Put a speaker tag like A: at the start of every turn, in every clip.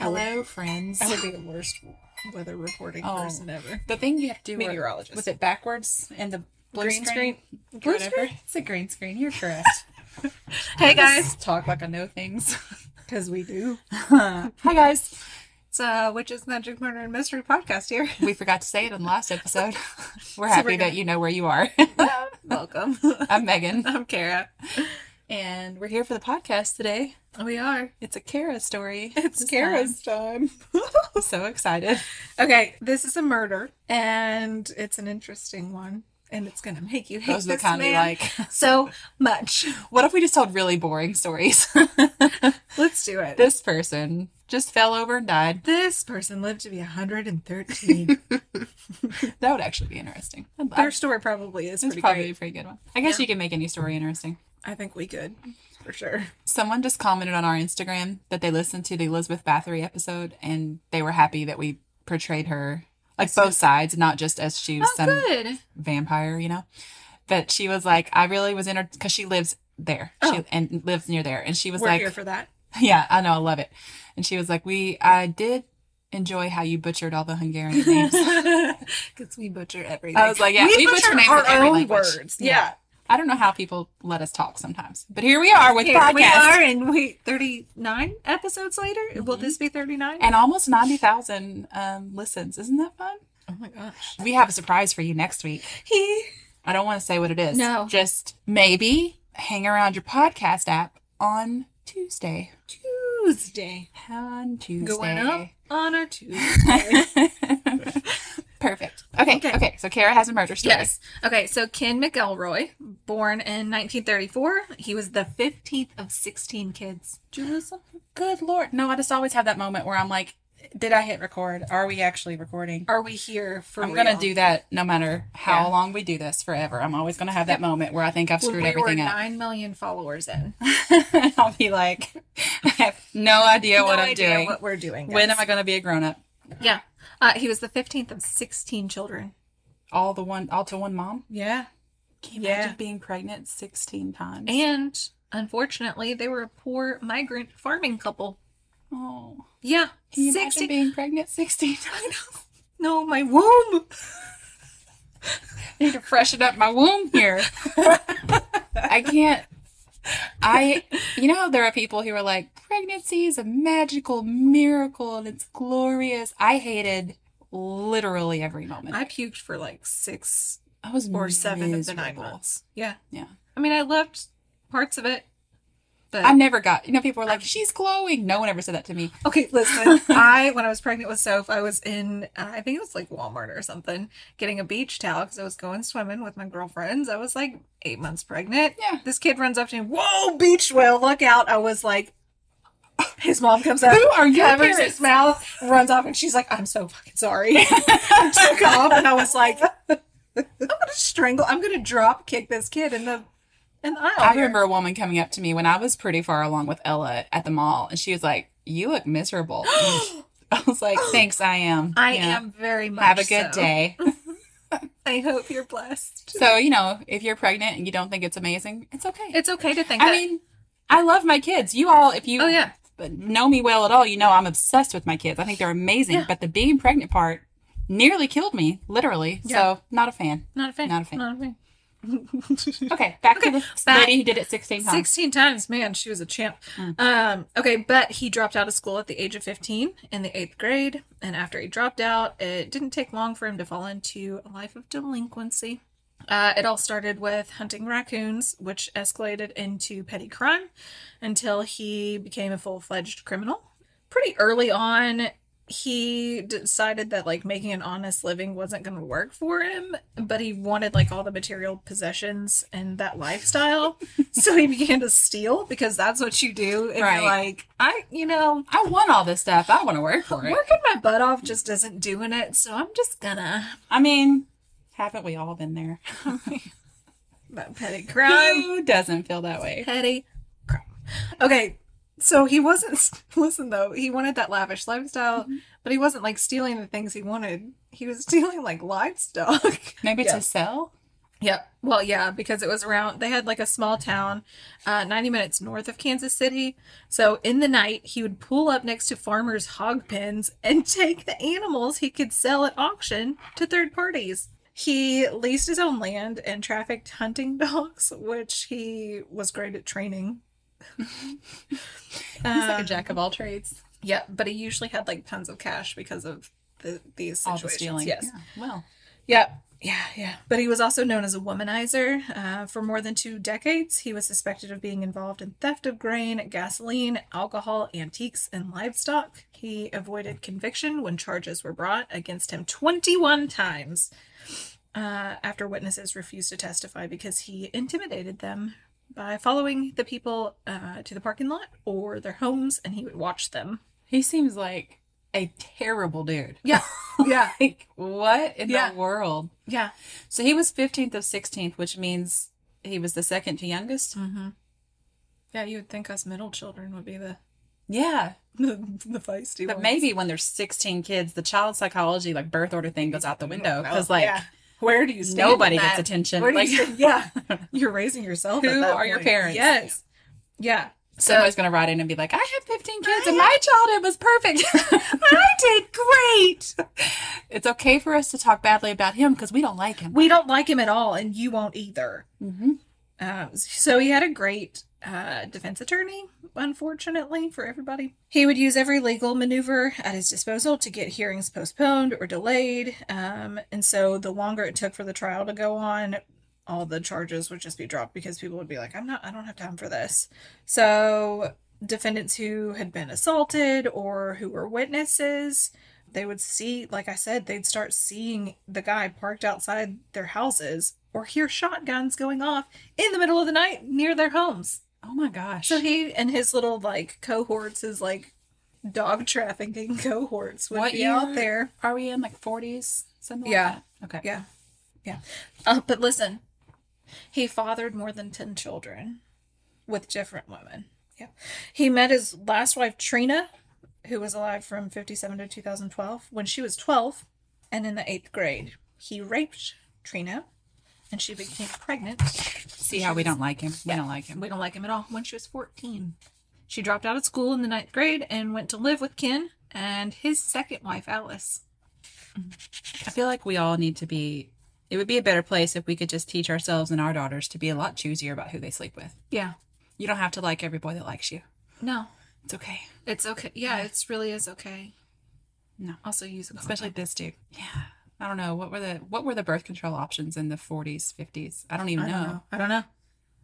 A: Hello, friends.
B: I would be the worst weather reporting
A: Oh.
B: person ever.
A: The thing you have to do were-
B: Meteorologist.
A: was it backwards and the blue
B: Green
A: screen?
B: screen?
A: Blue
B: Whatever.
A: screen? It's a green screen. You're correct.
B: Hey guys,
A: Just talk like I know things.
B: because we do.
A: Hi guys.
B: It's uh, Witches, Magic, Murder, and Mystery podcast here.
A: We forgot to say it in the last episode. We're happy
B: we're gonna-
A: that you know where you are.
B: Welcome.
A: I'm Megan,
B: I'm Kara.
A: and we're here for the podcast today.
B: We are.
A: It's a Kara story.
B: It's
A: This
B: Kara's time.
A: time. so excited.
B: okay, this is a murder, and it's an interesting one, and it's gonna make you hate
A: Those are the
B: this
A: kind of
B: man
A: like,
B: so much.
A: what if we just told really boring stories?
B: Let's do it.
A: this person just fell over and died.
B: This person lived to be 113.
A: That would actually be interesting. I'd- I'd
B: Their story probably is
A: It's
B: pretty
A: probably a
B: great.
A: pretty good one. I guess you can make any story interesting.
B: I think we could, for sure.
A: Someone just commented on our Instagram that they listened to the Elizabeth Bathory episode and they were happy that we portrayed her like both sides, not just as she
B: Oh,
A: was some
B: good.
A: vampire, you know. But she was like, I really was in her because she lives there she,
B: Oh.
A: and lives near there, and she was
B: We're
A: like,
B: here for that.
A: Yeah, I know, I love it. And she was like, We, I did enjoy how you butchered all the Hungarian names.
B: Because we butcher everything.
A: I was like, yeah, we butcher names in
B: our
A: every
B: own
A: language.
B: words.
A: Yeah.
B: Yeah.
A: I don't know how people let us talk sometimes, but here we are with
B: Here
A: podcast.
B: we are, and we 39 episodes later. Will this be 39?
A: and almost 90,000 um, listens. Isn't that fun?
B: oh my gosh.
A: We have a surprise for you next week.
B: He.
A: I don't want to say what it is.
B: No.
A: Just maybe hang around your podcast app on Tuesday.
B: Tuesday.
A: On Tuesday.
B: Going up on our Tuesday.
A: Perfect. Okay, okay.
B: Okay.
A: So Kara has a murder story.
B: yes. Okay, so Ken McElroy, born in 1934, he was the 15th of 16 kids.
A: Jerusalem. Good Lord. No, I just always have that moment where I'm like, did I hit record? Are we actually recording?
B: Are we here for
A: I'm going to
B: real?
A: do that no matter how
B: Yeah.
A: long we do this forever. I'm always going to have that moment where I think I've
B: when
A: screwed
B: we
A: everything
B: were
A: up.
B: 9 million followers in.
A: I'll be like, I have no idea what
B: No
A: I'm
B: idea
A: doing.
B: What we're doing.
A: when
B: guys.
A: am I going to be a grown up?
B: Yeah. Uh, he was the 15th of 16 children.
A: All the one, all to one mom.
B: Yeah.
A: Can you
B: Yeah.
A: imagine being pregnant 16 times?
B: And unfortunately, they were a poor migrant farming couple.
A: oh,
B: Yeah.
A: can you
B: 60
A: imagine being pregnant 16 times?
B: no, my womb.
A: need to freshen up my womb here. I can't. I, you know, how there are people who are like, pregnancy is a magical miracle and it's glorious. I hated literally every moment.
B: I puked for like six
A: I was
B: or seven of the nine
A: miserable.
B: months. Yeah.
A: Yeah.
B: I mean, I loved parts of it. But
A: I never got, you know, people were like, she's glowing. No one ever said that to me.
B: Okay, listen. I when I was pregnant with Soph, I was in uh, I think it was like Walmart or something, getting a beach towel because I was going swimming with my girlfriends. I was like eight months pregnant.
A: Yeah.
B: This kid runs up to me. Whoa, beach whale! Look out! I was like, his mom comes up,
A: Who are your
B: covers
A: parents?
B: his mouth, runs off, and she's like, "I'm so fucking sorry." I took off, and I was like, "I'm gonna strangle. I'm gonna drop kick this kid in the in the aisle."
A: I
B: here."
A: remember a woman coming up to me when I was pretty far along with Ella at the mall and she was like, you look miserable. I was like, thanks, I am.
B: I
A: Yeah.
B: am very much.
A: Have a good
B: so.
A: day.
B: I hope you're blessed.
A: So, you know, if you're pregnant and you don't think it's amazing, it's okay.
B: It's okay to think
A: I
B: that.
A: mean, I love my kids. You all, if you
B: oh yeah,
A: but know me well at all, you know I'm obsessed with my kids. I think they're amazing.
B: Yeah.
A: But the being pregnant part nearly killed me, literally.
B: Yeah.
A: So, not a fan.
B: not a fan.
A: Not a fan.
B: Not a fan.
A: Okay, back to
B: Okay,
A: the
B: back-
A: lady who did it 16 times.
B: Sixteen times, man, she was a champ.
A: Mm.
B: Um, okay, but he dropped out of school at the age of fifteen in the eighth grade, and after he dropped out, it didn't take long for him to fall into a life of delinquency. Uh, it all started with hunting raccoons, which escalated into petty crime until he became a full fledged criminal. Pretty early on, he decided that like making an honest living wasn't going to work for him, but he wanted like all the material possessions and that lifestyle. so he began to steal because that's what you do. If
A: Right.
B: you're like, I, you know,
A: I want all this stuff. I want to work for it.
B: working my butt off just isn't doing it. So I'm just gonna
A: I mean, haven't we all been there?
B: that petty crime.
A: Who doesn't feel that way?
B: petty crap. Okay, so he wasn't. Listen though, he wanted that lavish lifestyle, but he wasn't like stealing the things he wanted. He was stealing like livestock.
A: Maybe
B: Yeah.
A: to sell?
B: Yep. Well, yeah, because it was around, they had like a small town uh, 90 minutes north of Kansas City. So in the night, he would pull up next to farmers' hog pens and take the animals he could sell at auction to third parties. He leased his own land and trafficked hunting dogs, which he was great at training.
A: He's like a
B: Um,
A: jack of all trades.
B: yeah, but he usually had like tons of cash because of the, these
A: All
B: situations.
A: the stealing.
B: Yes.
A: Yeah, well,
B: Yep. Yeah, yeah. But he was also known as a womanizer. Uh, for more than two decades, he was suspected of being involved in theft of grain, gasoline, alcohol, antiques, and livestock. He avoided conviction when charges were brought against him 21 times uh, after witnesses refused to testify because he intimidated them by following the people uh, to the parking lot or their homes and he would watch them.
A: he seems like a terrible dude.
B: Yeah. Yeah.
A: Like, what in
B: Yeah.
A: the world?
B: Yeah.
A: So he was 15th of 16th, which means he was the second to youngest.
B: Mm-hmm. Yeah, you would think us middle children would be the
A: Yeah.
B: the, the feisty
A: But
B: one.
A: maybe when there's 16 kids, the child psychology, like birth order thing goes out the window. Because, like,
B: Oh, Yeah. where do you stand?
A: nobody
B: in
A: gets
B: that?
A: attention.
B: Where do
A: Like,
B: you stand? Yeah, you're raising yourself. at
A: Who
B: that
A: are your
B: point.
A: parents?
B: Yes. Yeah.
A: somebody's going to write in and be like, I had 15 kids and my childhood was perfect.
B: I did great.
A: it's okay for us to talk badly about him because we don't like him.
B: We don't like him at all, and you won't either.
A: Mm-hmm.
B: Um, so he had a great uh, defense attorney, unfortunately, for everybody. He would use every legal maneuver at his disposal to get hearings postponed or delayed. Um, and so the longer it took for the trial to go on, all the charges would just be dropped because people would be like, I'm not, I don't have time for this. So defendants who had been assaulted or who were witnesses. They would see, like I said, they'd start seeing the guy parked outside their houses or hear shotguns going off in the middle of the night near their homes.
A: Oh my gosh.
B: So he and his little like cohorts, his like dog trafficking cohorts, would
A: What
B: be
A: year?
B: out there.
A: Are we in like 40s? Something
B: Yeah.
A: like that. Okay.
B: Yeah, yeah. Uh, but listen, he fathered more than ten children with different women. Yeah, he met his last wife Trina, who was alive from fifty-seven to two thousand twelve, when she was twelve, and in the eighth grade, he raped Trina, and she became pregnant.
A: See how we don't like him. We don't like him.
B: We don't like him at all. When she was 14, she dropped out of school in the ninth grade and went to live with Ken and his second wife, Alice.
A: I feel like we all need to be. It would be a better place if we could just teach ourselves and our daughters to be a lot choosier about who they sleep with.
B: Yeah.
A: You don't have to like every boy that likes you.
B: No,
A: It's okay.
B: it's okay. Yeah, it's really is okay.
A: No.
B: Also use a
A: Especially this dude. Yeah. I don't know what were the what were the birth control options in the 40s, 50s. I don't even
B: I
A: know.
B: don't know. I don't know.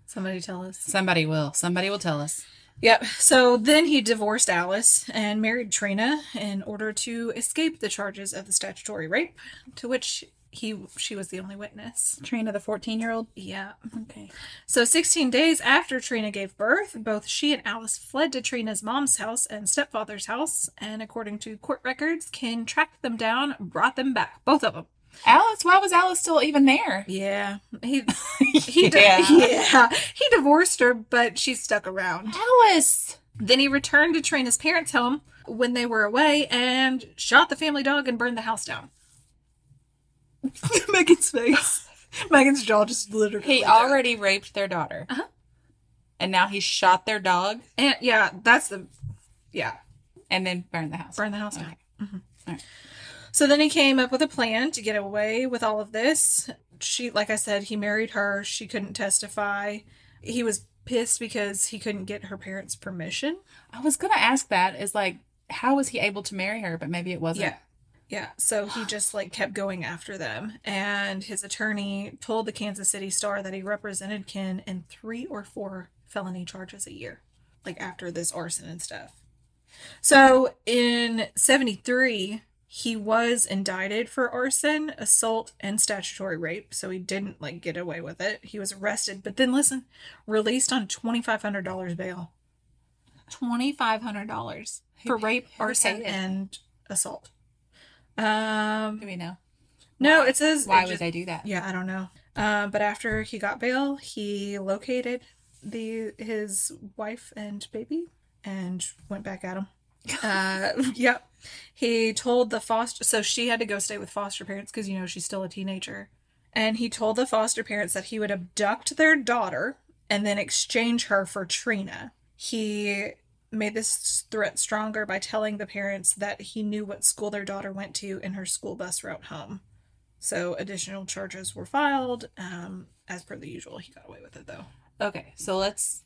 B: Somebody tell us.
A: Somebody will. Somebody will tell us.
B: Yep. So then he divorced Alice and married Trina in order to escape the charges of the statutory rape, to which he she was the only witness.
A: Trina, the 14 year old.
B: Yeah.
A: Okay.
B: So, 16 days after Trina gave birth, both she and Alice fled to Trina's mom's house and stepfather's house. And according to court records, Ken tracked them down, brought them back, both of them.
A: Alice, why was Alice still even there?
B: Yeah, he he
A: Yeah.
B: Di- yeah he divorced her, but she stuck around.
A: Alice.
B: Then he returned to Trina's parents' home when they were away and shot the family dog and burned the house down. Megan's face, Megan's jaw just literally.
A: He already raped their daughter.
B: Oh Uh-huh.
A: And now he shot their dog
B: and yeah, that's the yeah.
A: and then burned the house.
B: Burn the house down. Mhm.
A: Alright.
B: So then he came up with a plan to get away with all of this. She, like I said, he married her. She couldn't testify. He was pissed because he couldn't get her parents' permission.
A: I was gonna ask that is like how was he able to marry her? But maybe it wasn't.
B: Yeah. Yeah. So he just like kept going after them. And his attorney told the Kansas City Star that he represented Ken in three or four felony charges a year, like after this arson and stuff. So in 73, he was indicted for arson, assault, and statutory rape. So he didn't like get away with it. He was arrested, but then listen, released on $2,500 bail. $2,500 for rape,
A: who
B: arson,
A: paid it?
B: and assault. Um,
A: Do we know?
B: no, it says
A: Why
B: it
A: would
B: just-
A: they do that?
B: Yeah, I don't know. Um, but after he got bail, he located the his wife and baby and went back at him. Uh, yep. He told the foster, so she had to go stay with foster parents because you know she's still a teenager, and he told the foster parents that he would abduct their daughter and then exchange her for Trina. He made this threat stronger by telling the parents that he knew what school their daughter went to and her school bus route home. So additional charges were filed. Um, as per the usual, he got away with it though.
A: Okay, so let's.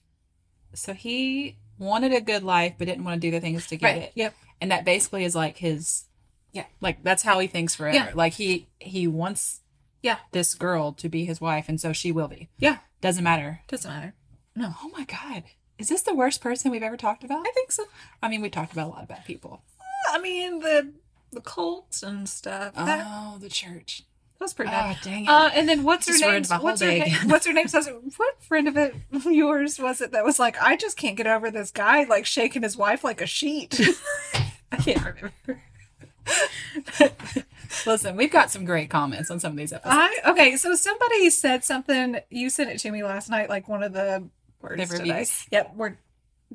A: So he wanted a good life, but didn't want to do the things to get
C: Right.
A: it.
B: Yep.
A: And that basically is like his.
B: Yeah.
A: Like that's how he thinks forever.
B: Yeah.
A: Like he he wants.
B: Yeah.
A: This girl to be his wife, and so she will be.
B: Yeah.
A: Doesn't matter.
B: Doesn't matter.
A: Oh my god. Is this the worst person we've ever talked about?
B: I think so.
A: I mean, we talked about a lot of bad people.
B: I mean the the cults and stuff. that,
A: Oh, the church.
B: that was pretty bad.
A: Ah,
C: Oh, dang it.
B: Uh, and then what's her
A: Just
B: name?
A: ruined my whole
B: What's her
A: day
B: name?
A: again.
B: What's her name? Says what friend of it yours was it that was like I just can't get over this guy like shaking his wife like a sheet. I can't remember.
A: Listen, we've got some great comments on some of these episodes.
B: I okay. So somebody said something. You sent it to me last night. Like one of the words
A: The
B: today.
A: reviews.
B: Yep. Were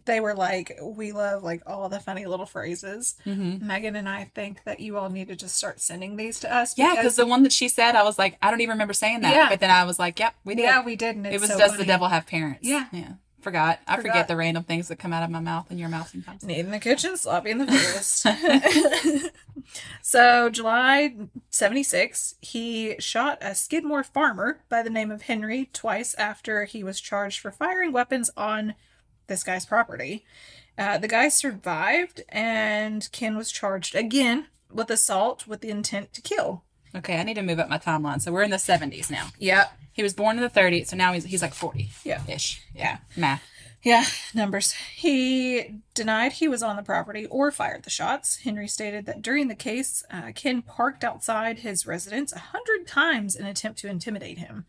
B: they were like we love like all the funny little phrases.
A: Mm-hmm.
B: Megan and I think that you all need to just start sending these to us.
A: Yeah, because the one that she said, I was like, I don't even remember saying that.
B: Yeah.
A: But then I was like, yep, we did.
B: yeah, we did. And it's
A: it was
B: so
A: Does
B: funny.
A: the Devil Have Parents?
B: Yeah.
A: Yeah. Forgot. I
B: Forgot.
A: forget the random things that come out of my mouth and your mouth sometimes.
B: Need in the kitchen, sloppy in the forest. so, July 76, he shot a Skidmore farmer by the name of Henry twice after he was charged for firing weapons on this guy's property. Uh, the guy survived, and Ken was charged again with assault with the intent to kill.
A: Okay, I need to move up my timeline. So we're in the 70s now.
B: Yep.
A: He was born in the 30s, so now he's, he's like 40
B: Yeah.
A: ish.
B: Yeah.
A: Math.
B: Yeah, numbers. He denied he was on the property or fired the shots. Henry stated that during the case, uh, Ken parked outside his residence a hundred times in an attempt to intimidate him.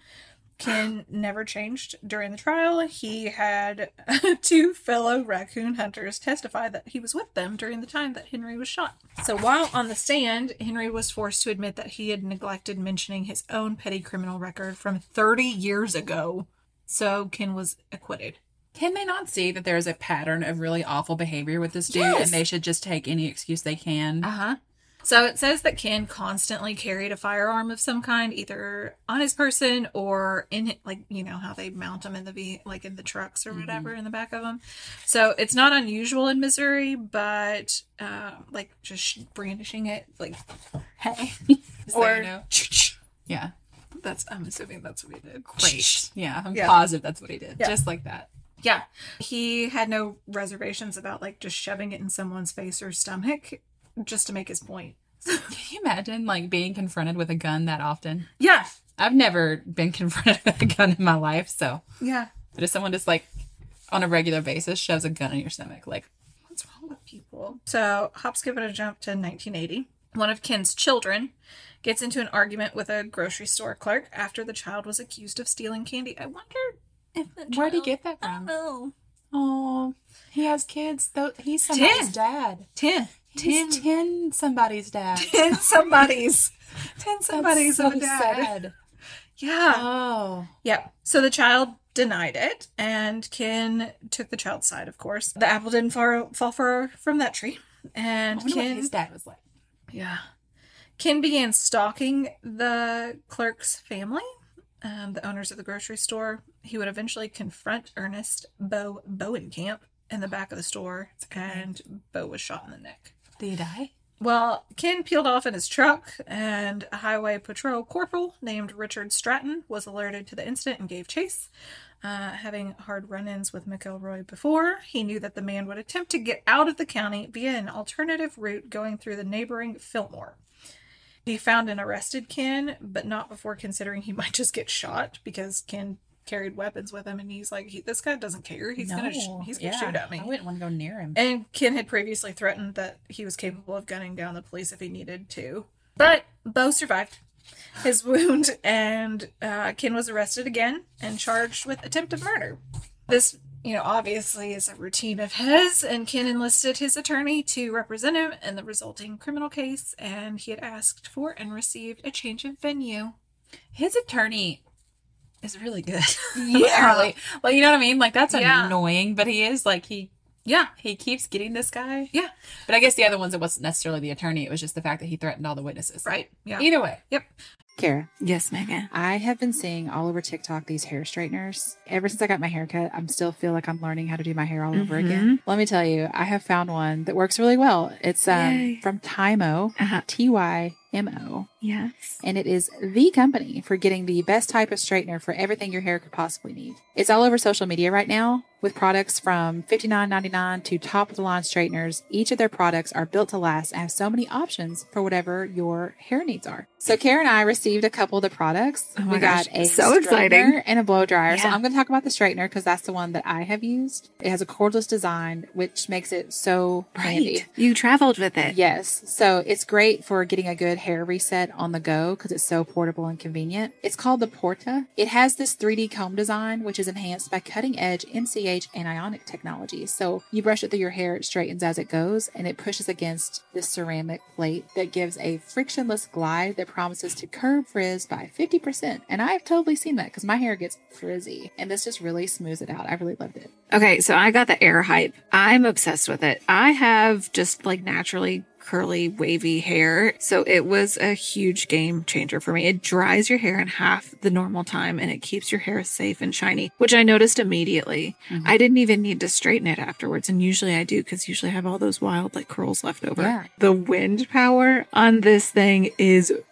B: Ken never changed during the trial. He had two fellow raccoon hunters testify that he was with them during the time that Henry was shot. So while on the stand, Henry was forced to admit that he had neglected mentioning his own petty criminal record from 30 years ago. So Ken was acquitted.
A: Can they not see that there's a pattern of really awful behavior with this dude
B: Yes.
A: and they should just take any excuse they can?
B: Uh huh. So it says that Ken constantly carried a firearm of some kind, either on his person or in like you know how they mount them in the ve- like in the trucks or whatever in the back of them. So it's not unusual in Missouri, but uh, like just sh- brandishing it, like hey,
A: Just so
B: or
A: you know. Yeah.
B: that's I'm assuming that's what he did.
A: Great. Yeah, I'm
B: Yeah.
A: positive that's what he did.
B: Yeah.
A: Just like that.
B: Yeah. He had no reservations about like just shoving it in someone's face or stomach just to make his point.
A: Can you imagine like being confronted with a gun that often?
B: Yeah.
A: I've never been confronted with a gun in my life, so
B: Yeah.
A: but if someone just like on a regular basis shoves a gun in your stomach, like
B: What's wrong with people? So, hop, skip, and a jump to 1980. One of Ken's children gets into an argument with a grocery store clerk after the child was accused of stealing candy. I wonder if the child...
A: where'd he get that
B: I don't
A: from?
B: know.
A: Oh, he has kids. Though he's somebody's
B: Ten.
A: dad.
B: Ten.
A: He's
B: Ten.
A: ten somebody's dad.
B: Ten somebodies. Ten
A: That's
B: somebodies
A: so
B: of a dad.
A: sad.
B: Yeah.
A: Oh,
B: Yeah. So the child denied it, and Ken took the child's side, of course. The apple didn't fall, fall far from that tree.
A: I
B: And
A: wonder what
B: Ken.
A: his dad was like.
B: Yeah. Ken began stalking the clerk's family, um, the owners of the grocery store. He would eventually confront Ernest Bo Bowenkamp in the back of the store, and Bo was shot in the neck.
A: Did he die?
B: Well, Ken peeled off in his truck, and a highway patrol corporal named Richard Stratton was alerted to the incident and gave chase. Uh, having hard run ins with McElroy before, he knew that the man would attempt to get out of the county via an alternative route going through the neighboring Fillmore. He found and arrested Ken, but not before considering he might just get shot because Ken carried weapons with him, and he's like, he, "This guy doesn't care. He's gonna, sh- he's gonna shoot at me."
A: I wouldn't want to go near him.
B: And Ken had previously threatened that he was capable of gunning down the police if he needed to. But Bo survived his wound, and uh, Ken was arrested again and charged with attempted murder. This, you know, obviously is a routine of his, and Ken enlisted his attorney to represent him in the resulting criminal case, and he had asked for and received a change of venue.
A: His attorney is really good.
B: Yeah.
A: Apparently. Like you know what I mean? Like that's
B: Yeah.
A: annoying, but he is like he
B: Yeah.
A: he keeps getting this guy.
B: Yeah.
A: But I guess the other ones it wasn't necessarily the attorney, it was just the fact that he threatened all the witnesses.
B: Right. Yeah.
A: Either way.
B: Yep.
A: Kara,
D: Yes, Megan.
A: I have been seeing all over TikTok these hair straighteners. Ever since I got my haircut, I'm still feel like I'm learning how to do my hair all over
D: Mhm.
B: Mm-hmm.
A: again. Let me tell you, I have found one that works really well. It's um,
D: Yay.
A: from Tymo,
D: Uh-huh.
A: T Y M O,
D: Yes.
A: and it is the company for getting the best type of straightener for everything your hair could possibly need. It's all over social media right now with products from $59.99 to top of the line straighteners. Each of their products are built to last and have so many options for whatever your hair needs are. So Karen and I received a couple of the products.
D: Oh my
A: we
D: gosh,
A: got a
D: so exciting.
A: straightener and a blow dryer. So
D: Yeah.
A: I'm going to talk about the straightener because that's the one that I have used. It has a cordless design, which makes it so handy.
D: Right. You traveled with it.
A: Yes. So it's great for getting a good hair reset on the go because it's so portable and convenient. It's called the Porta. It has this 3D comb design, which is enhanced by cutting edge MCH and ionic technology. So you brush it through your hair, it straightens as it goes, and it pushes against this ceramic plate that gives a frictionless glide that promises to curb frizz by 50%. And I've totally seen that because my hair gets frizzy. And this just really smooths it out. I really loved it.
D: Okay, so I got the air hype. I'm obsessed with it. I have just like naturally curly, wavy hair. So it was a huge game changer for me. It dries your hair in half the normal time and it keeps your hair safe and shiny, which I noticed immediately.
A: Mhm.
D: I didn't even need to straighten it afterwards. And usually I do because usually I have all those wild like curls left over.
A: Yeah.
D: The wind power on this thing is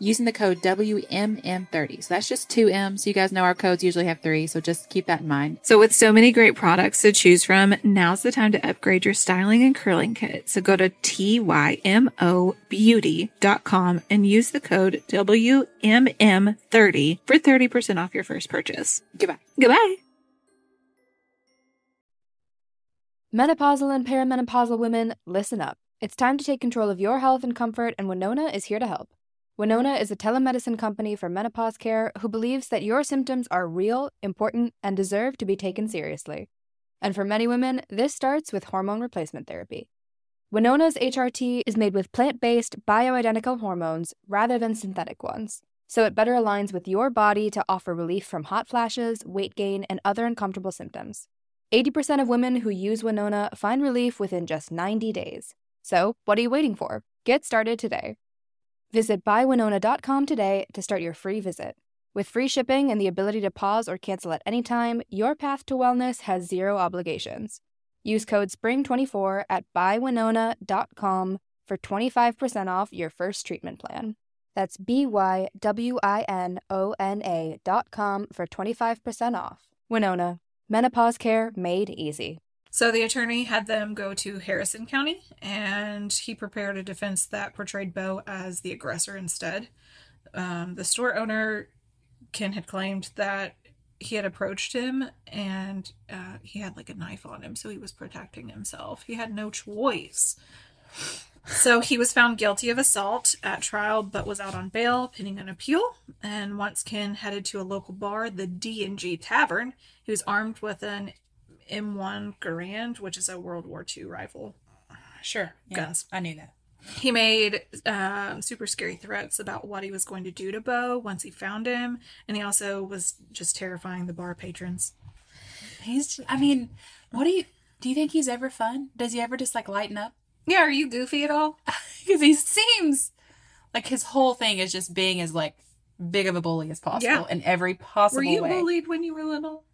A: using the code WMM30. So that's just two M's. You guys know our codes usually have three, so just keep that in mind.
D: So with so many great products to choose from, now's the time to upgrade your styling and curling kit. So go to tymobeauty.com and use the code WMM30 for 30% off your first purchase.
A: Goodbye.
D: Goodbye.
E: Menopausal and perimenopausal women, listen up. It's time to take control of your health and comfort, and Winona is here to help. Winona is a telemedicine company for menopause care who believes that your symptoms are real, important, and deserve to be taken seriously. And for many women, this starts with hormone replacement therapy. Winona's HRT is made with plant based, bioidentical hormones rather than synthetic ones, so it better aligns with your body to offer relief from hot flashes, weight gain, and other uncomfortable symptoms. 80% of women who use Winona find relief within just 90 days. So, what are you waiting for? Get started today. Visit buywinona.com today to start your free visit. With free shipping and the ability to pause or cancel at any time, your path to wellness has zero obligations. Use code SPRING24 at buywinona.com for 25% off your first treatment plan. That's B Y W I N O N A dot com for 25% off. Winona, Menopause care made easy.
B: So the attorney had them go to Harrison County, and he prepared a defense that portrayed Bo as the aggressor instead. Um, the store owner, Ken, had claimed that he had approached him and uh, he had like a knife on him, so he was protecting himself. He had no choice. So he was found guilty of assault at trial, but was out on bail pending an appeal. And once Ken headed to a local bar, the D and G Tavern, he was armed with an M1 Garand, which is a World War II rifle.
A: Sure.
B: Guns.
A: I knew that.
B: He made um, super scary threats about what he was going to do to Bo once he found him, and he also was just terrifying the bar patrons.
C: He's. I mean, what do you do? You think he's ever fun? Does he ever just like lighten up?
B: Yeah, are you goofy at all?
C: Because he seems like his whole thing is just being as like big of a bully as possible
B: Yeah.
C: in every possible
B: Were you
C: way.
B: bullied when you were little?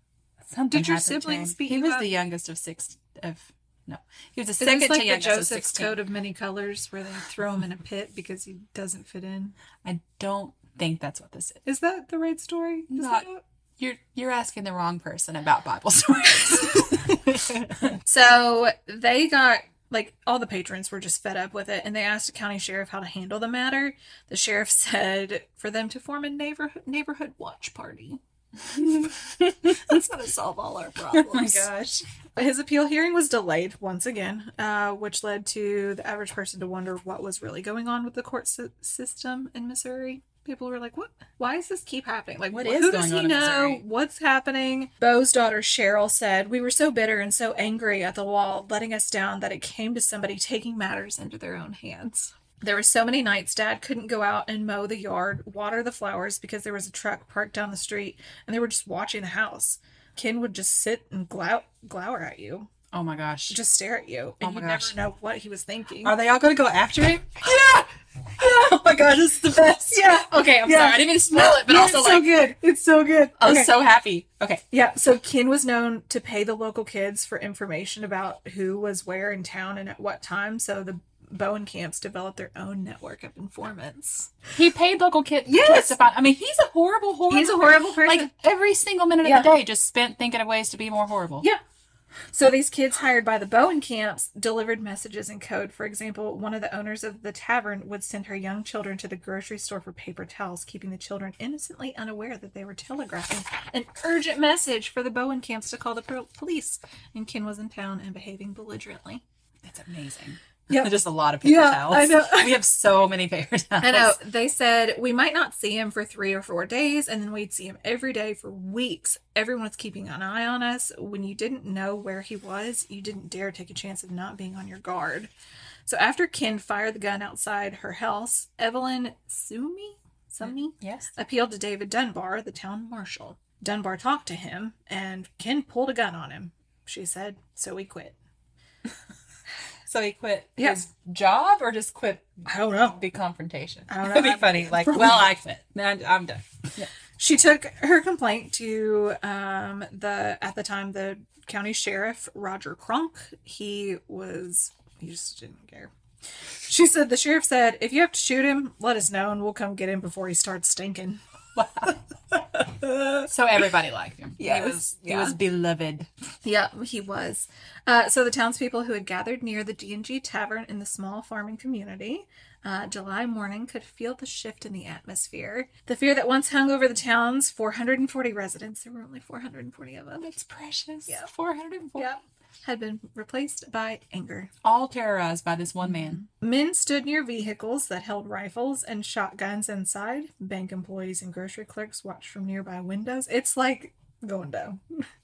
C: Something
B: Did your
C: happened to
B: siblings
C: him.
B: beat
C: He
B: you
C: was
B: up?
C: the youngest of six. Of no, he was the
B: Is
C: second
B: this like
C: to
B: the
C: youngest of
B: Joseph's
C: sixteen.
B: coat of many colors, where they throw him in a pit because he doesn't fit in?
C: I don't think that's what this is.
B: Is that the right story? Is
C: Not-
B: that-
C: You're you're asking the wrong person about Bible stories.
B: So they got like all the patrons were just fed up with it and they asked the county sheriff how to handle the matter. The sheriff said for them to form a neighborhood neighborhood watch party. That's gonna solve all our problems.
C: gosh.
B: His appeal hearing was delayed once again, uh, which led to the average person to wonder what was really going on with the court sy- system in Missouri. People were like, "What? Why does this keep happening? Like,
F: What
B: what
F: is
B: is who does
F: going on
B: he
F: in
B: know?
F: Missouri?"
B: What's happening?" Bo's daughter Cheryl said, "We were so bitter and so angry at the wall letting us down that it came to somebody taking matters into their own hands." There were so many nights dad couldn't go out and mow the yard, water the flowers because there was a truck parked down the street and they were just watching the house. Ken would just sit and glow- glower at you,
F: Oh my gosh.
B: just stare at you, and
F: Oh my
B: you
F: gosh.
B: never know what he was thinking.
F: Are they all going to go after him? Yeah! Oh my gosh, this is the best. Yeah.
C: Okay, I'm
F: Yeah.
C: sorry. I didn't even smell it, but
F: Yeah,
C: also
F: it's
C: like
F: so good. It's so good. I was Oh, so happy. Okay.
B: Yeah, so Ken was known to pay the local kids for information about who was where in town and at what time. So the Bowen camps developed their own network of informants.
C: he paid local kid
B: Yes.
C: kids to find. I mean, he's a horrible, horrible.
B: He's a horrible person.
C: Like every single minute
B: Yeah.
C: of the day, just spent thinking of ways to be more horrible.
B: Yeah. So these kids hired by the Bowen camps delivered messages in code. For example, one of the owners of the tavern would send her young children to the grocery store for paper towels, keeping the children innocently unaware that they were telegraphing an urgent message for the Bowen camps to call the pro- police. And Ken was in town and behaving belligerently.
F: That's amazing.
B: Yep.
F: Just a lot of paper
B: Yeah,
F: towels.
B: I know.
F: We have so many paper towels.
B: I know. uh, They said we might not see him for three or four days, and then we'd see him every day for weeks. Everyone was keeping an eye on us. When you didn't know where he was, you didn't dare take a chance of not being on your guard. So after Ken fired the gun outside her house, Evelyn Sumi Sumi
F: Yes.
B: appealed to David Dunbar, the town marshal. Dunbar talked to him, and Ken pulled a gun on him. She said, "So we quit."
F: So he quit
B: Yeah.
F: his job or just quit
B: I don't know.
F: the confrontation?
B: I don't know.
F: It'd be funny. Like, well, I quit. And I'm done.
B: She took her complaint to um, the at the time the county sheriff Roger Cronk. He was he just didn't care. She said the sheriff said, "If you have to shoot him, let us know and we'll come get him before he starts stinking."
C: So everybody liked him.
F: Yes,
C: He was
F: He was beloved.
B: Yeah, he was. Uh, so the townspeople who had gathered near the D and G Tavern in the small farming community, uh, July morning, could feel the shift in the atmosphere. The fear that once hung over the town's 440 residents. There were only 440 of them.
C: That's precious.
B: Yeah.
C: 404.
B: Yep. Had been replaced by anger.
F: All terrorized by this one man.
B: Men stood near vehicles that held rifles and shotguns inside. Bank employees and grocery clerks watched from nearby windows. It's like going down.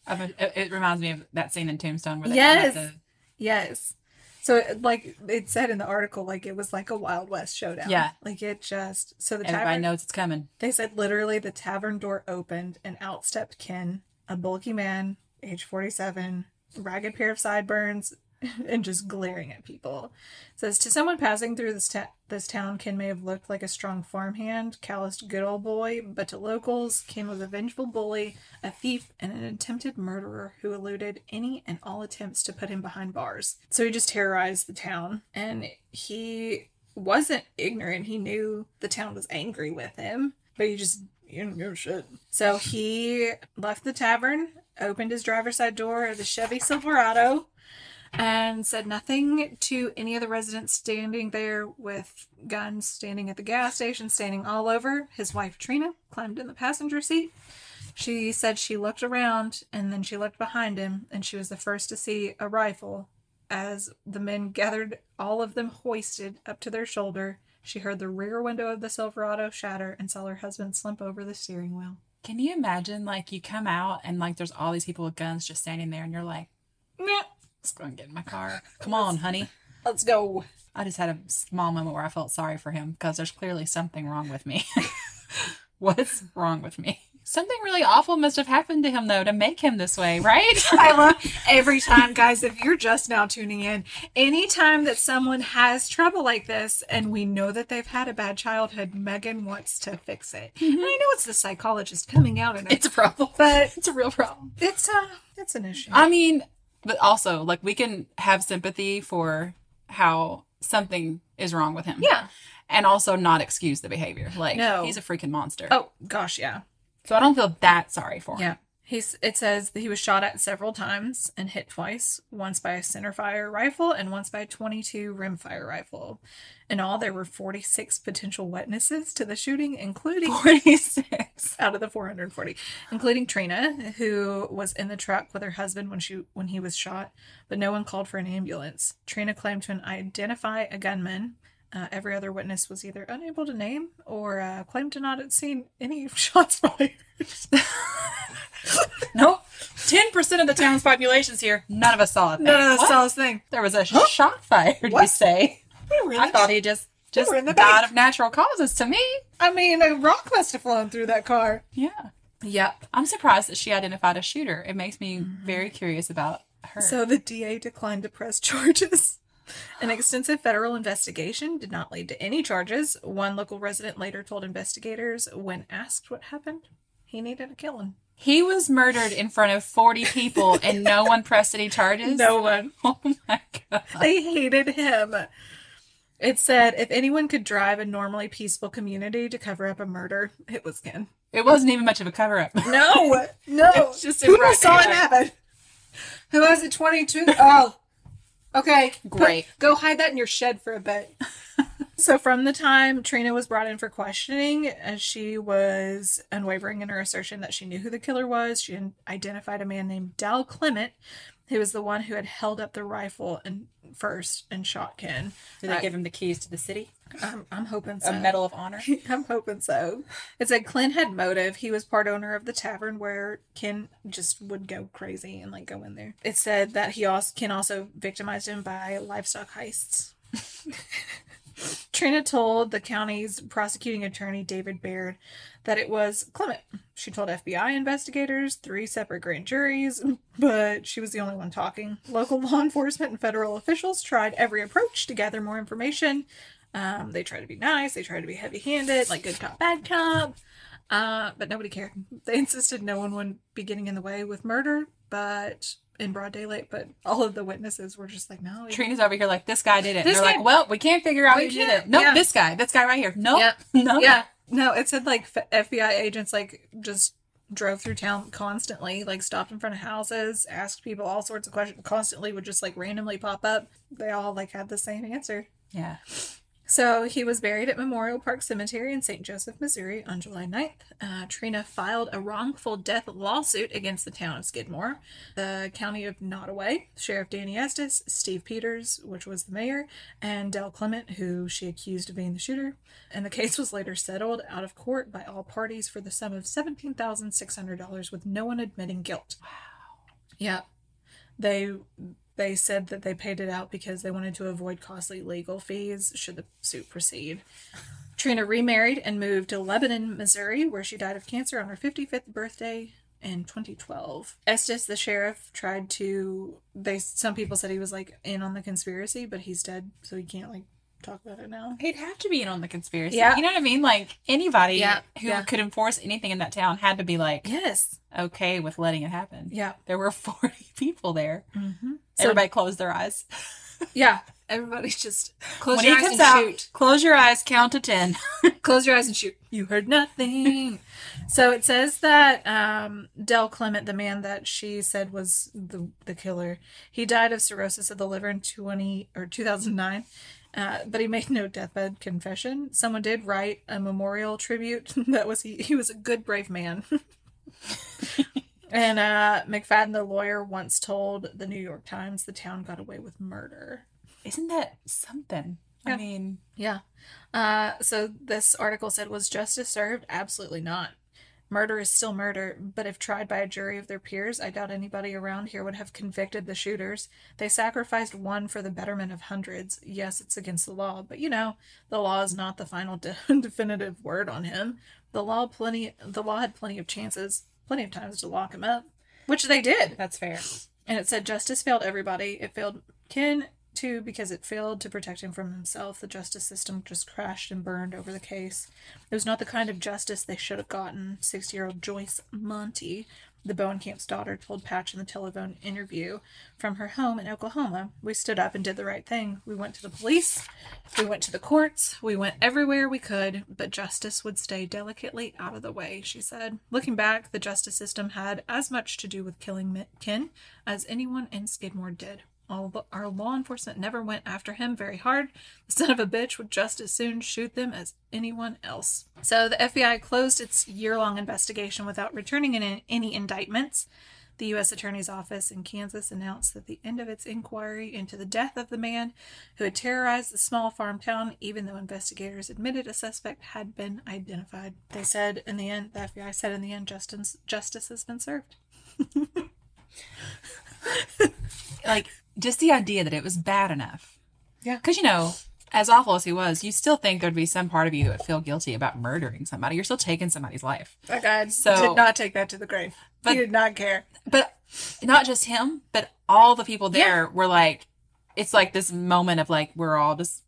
F: I've been, it, it reminds me of that scene in Tombstone where they
B: Yes.
F: had the-
B: Yes. So, it- like it said in the article, like it was like a Wild West showdown.
F: Yeah.
B: Like it just. So the
F: everybody
B: tavern.
F: knows it's coming.
B: They said literally the tavern door opened and out stepped Ken, a bulky man, age 47, ragged pair of sideburns, and just glaring at people. Says to someone passing through this, ta- this town, Ken may have looked like a strong farmhand, calloused good old boy, but to locals, Ken was a vengeful bully, a thief, and an attempted murderer who eluded any and all attempts to put him behind bars. So he just terrorized the town, and he wasn't ignorant. He knew the town was angry with him, but he just you don't give a shit. So he left the tavern, opened his driver's side door of the Chevy Silverado, and said nothing to any of the residents standing there with guns, standing at the gas station, standing all over. His wife Trina climbed in the passenger seat. She said she looked around and then she looked behind him, and she was the first to see a rifle as the men gathered, all of them hoisted up to their shoulder, she heard the rear window of the Silverado shatter and saw her husband slump over the steering wheel.
F: Can you imagine, like, you come out and, like, there's all these people with guns just standing there, and you're like,
B: Nah,
F: let's go and get in my car. Come on, honey.
B: let's go.
F: I just had a small moment where I felt sorry for him because there's clearly something wrong with me. What's wrong with me?
C: Something really awful must have happened to him, though, to make him this way, right?
B: I love every time, guys, if you're just now tuning in, anytime that someone has trouble like this and we know that they've had a bad childhood, Megan wants to fix it. And I know it's the psychologist coming out and
C: Mm-hmm. it's a problem.
B: but
C: It's a real problem.
B: it's a it's an issue.
C: I mean, but also, like, we can have sympathy for how something is wrong with him.
B: yeah.
C: And also not excuse the behavior. Like,
B: No.
C: he's a freaking monster.
B: Oh gosh, yeah.
C: So I don't feel that sorry for him.
B: Yeah. He's it says that he was shot at several times and hit twice, once by a centerfire rifle and once by a 22 rimfire rifle. In all there were 46 potential witnesses to the shooting including 46 out of the 440, including Trina who was in the truck with her husband when she when he was shot, but no one called for an ambulance. Trina claimed to identify a gunman Uh, every other witness was either unable to name or uh, claimed to not have seen any shots fired.
F: Nope. Ten percent of the town's population's here. None of us saw it.
B: None of us
F: What?
B: saw this thing.
F: There was a shot fired. You
B: What?
F: say?
B: We really
F: I thought he just just
B: were in the
F: died
B: bank.
F: of natural causes. To me,
B: I mean, a rock must have flown through that car.
F: yeah. Yep. I'm surprised that she identified a shooter. It makes me very curious about her.
B: So the DA declined to press charges. An extensive federal investigation did not lead to any charges. One local resident later told investigators when asked what happened, he needed a killing.
F: he was murdered in front of 40 people and no one pressed any charges.
B: one.
F: Oh my god.
B: They hated him. It said if anyone could drive a normally peaceful community to cover up a murder, it was Ken.
F: It wasn't even much of a cover up.
B: No, no.
F: just
B: Who
F: impressive.
B: saw it happen? Who has a 22? Oh, okay.
F: Great.
B: Go hide that in your shed for a bit. so, from the time Trina was brought in for questioning, uh, she was unwavering in her assertion that she knew who the killer was. She in- identified a man named Dal Clement, who was the one who had held up the rifle and first and shot Ken.
F: Did they give him the keys to the city?
B: I'm, I'm hoping so.
F: A Medal of Honor?
B: I'm hoping so. It said Clint had motive. He was part owner of the tavern where Ken just would go crazy and like go in there. It said that he also Ken also victimized him by livestock heists. Trina told the county's prosecuting attorney David Baird that it was Clement. She told FBI investigators, three separate grand juries, but she was the only one talking. Local law enforcement and federal officials tried every approach to gather more information. Um, they tried to be nice, they tried to be heavy handed, like good cop, bad cop, uh, but nobody cared. They insisted no one would be getting in the way with murder, but in broad daylight, but all of the witnesses were just like, no. we-
F: Trina's over here like this guy did it.
B: This
F: and they're
B: guy-
F: like, well, we can't figure out
B: We
F: who did
B: can't-
F: it. Nope,
B: yeah.
F: this guy, this guy right here. Nope,
B: Yep.
F: nope.
B: yeah no it said like F- fbi agents like just drove through town constantly like stopped in front of houses asked people all sorts of questions constantly would just like randomly pop up they all like had the same answer
F: yeah.
B: so he was buried at Memorial Park Cemetery in St. Joseph, Missouri on July 9th. Uh, Trina filed a wrongful death lawsuit against the town of Skidmore, the county of Nottoway, Sheriff Danny Estes, Steve Peters, which was the mayor, and Del Clement, who she accused of being the shooter. And the case was later settled out of court by all parties for the sum of $17,600 with no one admitting guilt. Wow. Yeah. They they said that they paid it out because they wanted to avoid costly legal fees should the suit proceed. Trina remarried and moved to Lebanon, Missouri, where she died of cancer on her 55th birthday in 2012. Estes, the sheriff, tried to. They some people said he was like in on the conspiracy, but he's dead, so he can't like talk about it now.
F: He'd have to be in on the conspiracy.
B: Yeah.
F: You know what I mean? Like anybody
B: Yeah,
F: who
B: yeah.
F: could enforce anything in that town had to be like
B: Yes.
F: okay with letting it happen.
B: Yeah.
F: There were 40 people there.
B: Mm-hmm.
F: Everybody closed their eyes.
B: Yeah. Everybody's just close
F: when
B: your
F: he
B: eyes
F: comes
B: and
F: out,
B: shoot.
F: close your eyes, count to 10.
B: Close your eyes and shoot. You heard nothing. so it says that um, Del Clement, the man that she said was the the killer, he died of cirrhosis of the liver in twenty or two thousand nine. Uh, but he made no deathbed confession. Someone did write a memorial tribute that was he, he was a good, brave man. and uh, McFadden, the lawyer, once told the New York Times the town got away with murder.
F: Isn't that something?
B: Yeah.
F: I mean,
B: Yeah. Uh, so this article said, was justice served? Absolutely not. Murder is still murder, but if tried by a jury of their peers, I doubt anybody around here would have convicted the shooters. They sacrificed one for the betterment of hundreds. Yes, it's against the law, but you know, the law is not the final de- definitive word on him. The law plenty the law had plenty of chances, plenty of times to lock him up, which they did.
F: that's fair.
B: And it said justice failed everybody. It failed Ken too because it failed to protect him from himself. The justice system just crashed and burned over the case. It was not the kind of justice they should have gotten. Six year old Joyce Monty, the Bowencamp's daughter, told Patch in the telephone interview from her home in Oklahoma. We stood up and did the right thing. We went to the police, we went to the courts, we went everywhere we could, but justice would stay delicately out of the way, she said. Looking back, the justice system had as much to do with killing Mi- Ken as anyone in Skidmore did. All the, our law enforcement never went after him very hard. The son of a bitch would just as soon shoot them as anyone else. So the FBI closed its year long investigation without returning any, any indictments. The U.S. Attorney's Office in Kansas announced that the end of its inquiry into the death of the man who had terrorized the small farm town, even though investigators admitted a suspect had been identified. They said in the end, the FBI said in the end, justice, justice has been served.
F: Like just the idea that it was bad enough.
A: Yeah.
F: Because you know, as awful as he was, you still think there'd be some part of you that would feel guilty about murdering somebody. You're still taking somebody's life.
B: That guy
F: So-
B: did not take that to the grave.
F: But-
B: he did not care.
F: But not just him, but all the people there were like, it's like this moment of like we're all just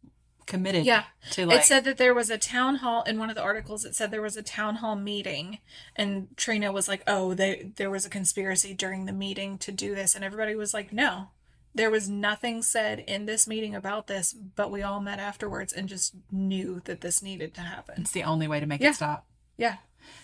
F: committed.
B: Yeah.
F: To like
B: it said that there was a town hall in one of the articles. It said there was a town hall meeting, and Trina was like, "Oh, they, there was a conspiracy during the meeting to do this," and everybody was like, "No, there was nothing said in this meeting about this." But we all met afterwards and just knew that this needed to happen.
F: it's the only way to make
B: Yeah.
F: it stop.
B: Yeah,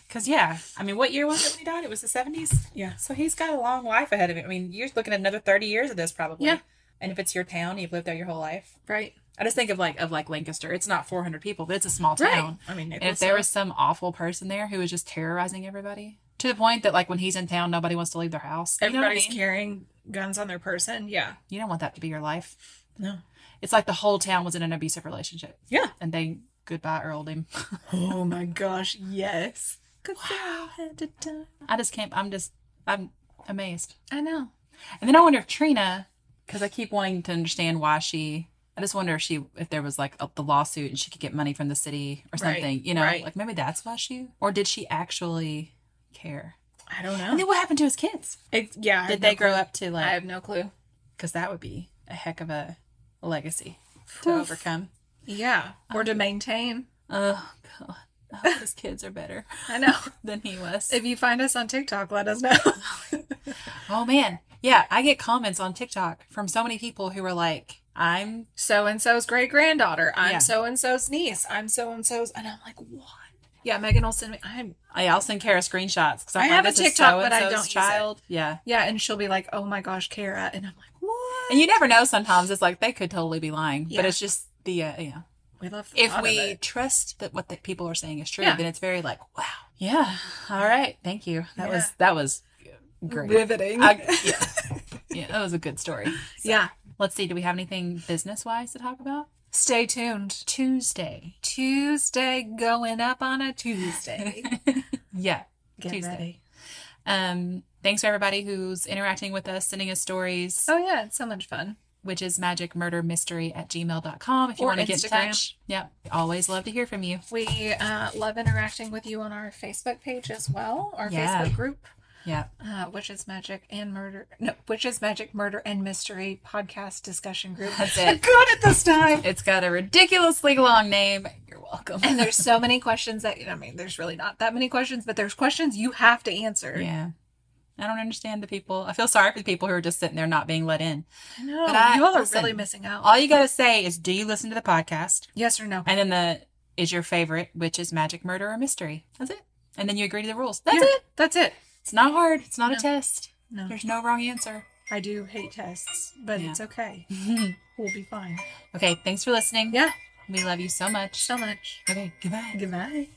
F: Because yeah, I mean, what year was it when he died? It was the seventies.
B: Yeah.
F: So he's got a long life ahead of him. I mean, you're looking at another thirty years of this probably.
B: Yeah.
F: And if it's your town, you've lived there your whole life.
B: right,
F: I just think of like of like Lancaster. It's not four hundred people, but it's a small
B: right.
F: town.
B: I mean,
F: And if there was some awful person there who was just terrorizing everybody to the point that like when he's in town, nobody wants to leave their house. You know what I
B: everybody's
F: mean?
B: carrying guns on their person, yeah,
F: You don't want that to be your life.
B: no,
F: It's like the whole town was in an abusive relationship.
B: yeah.
F: And they goodbye earled him.
B: Oh my gosh, yes. Good wow. had to die.
F: I just can't. I'm just. I'm amazed.
B: I know.
F: And then I wonder if Trina, because I keep wanting to understand why she. I just wonder if she, if there was like a, the lawsuit and she could get money from the city or
B: Right,
F: something. you know,
B: right.
F: like maybe that's why she, or did she actually care?
B: I don't know.
F: And then what happened to his kids?
B: It, yeah. I have
F: Did
B: no
F: they grow
B: clue.
F: up to
B: I
F: like?
B: have no clue.
F: Because that would be a heck of a legacy to overcome.
B: Yeah. Or to maintain.
F: Oh god, I hope his kids are better
B: I know.
F: than he was.
B: If you find us on TikTok, let us know.
F: Oh man, yeah, I get comments on TikTok from so many people who are like, "I'm
B: so and so's great granddaughter. I'm
F: Yeah.
B: so and so's niece. I'm so and so's. And I'm like, what? Yeah, Megan will send me. I'm.
F: I will send Kara screenshots because
B: I have a TikTok, but I don't use it.
F: child. Yeah,
B: Yeah, and she'll be like, oh my gosh, Kara. And I'm like, what?
F: and you never know. Sometimes it's like they could totally be lying,
B: Yeah.
F: but it's just the uh, yeah.
B: we love. The
F: If
B: thought of
F: we
B: it.
F: trust that what the people are saying is true,
B: Yeah.
F: then it's very like wow, yeah, all right, thank you. That was that was great.
B: riveting.
F: I- yeah. yeah, that was a good story.
B: Uh, yeah.
F: Let's see. Do we have anything business wise to talk about?
B: Stay tuned.
F: Tuesday.
B: Tuesday going up on a Tuesday.
F: Yeah.
B: Get
F: Tuesday.
B: ready.
F: Um, thanks for everybody who's interacting with us, sending us stories,
B: Oh yeah, it's so much fun.
F: which is magicmurdermystery at gmail.com if you
B: Or
F: want to get in
B: Instagram.
F: touch. Yep. Always love to hear from you.
B: We uh, love interacting with you on our Facebook page as well, our
F: Yeah.
B: Facebook group.
F: Yeah.
B: uh, Witches Magic and Murder. No, Witches Magic Murder and Mystery podcast discussion group.
F: That's
B: I'm
F: it.
B: good at this time.
F: it's got a ridiculously long name. You're welcome.
B: And there's so many questions that I mean, there's really not that many questions, but there's questions you have to answer.
F: yeah. I don't understand the people. I feel sorry for the people who are just sitting there not being let in.
B: I know.
F: But I-
B: you all are
F: listen,
B: really missing out.
F: All you got to say is, do you listen to the podcast?
B: yes or no?
F: And then the is your favorite, which is magic, murder, or mystery. That's it. And then you agree to the rules. That's
B: Yeah,
F: it.
B: That's it.
F: It's not hard. It's not
B: No.
F: a test.
B: No,
F: There's no wrong answer.
B: I do hate tests, but
F: Yeah.
B: it's okay. We'll be fine.
F: okay. Thanks for listening.
B: Yeah.
F: We love you so much.
B: So much.
F: Okay. Goodbye.
B: Goodbye.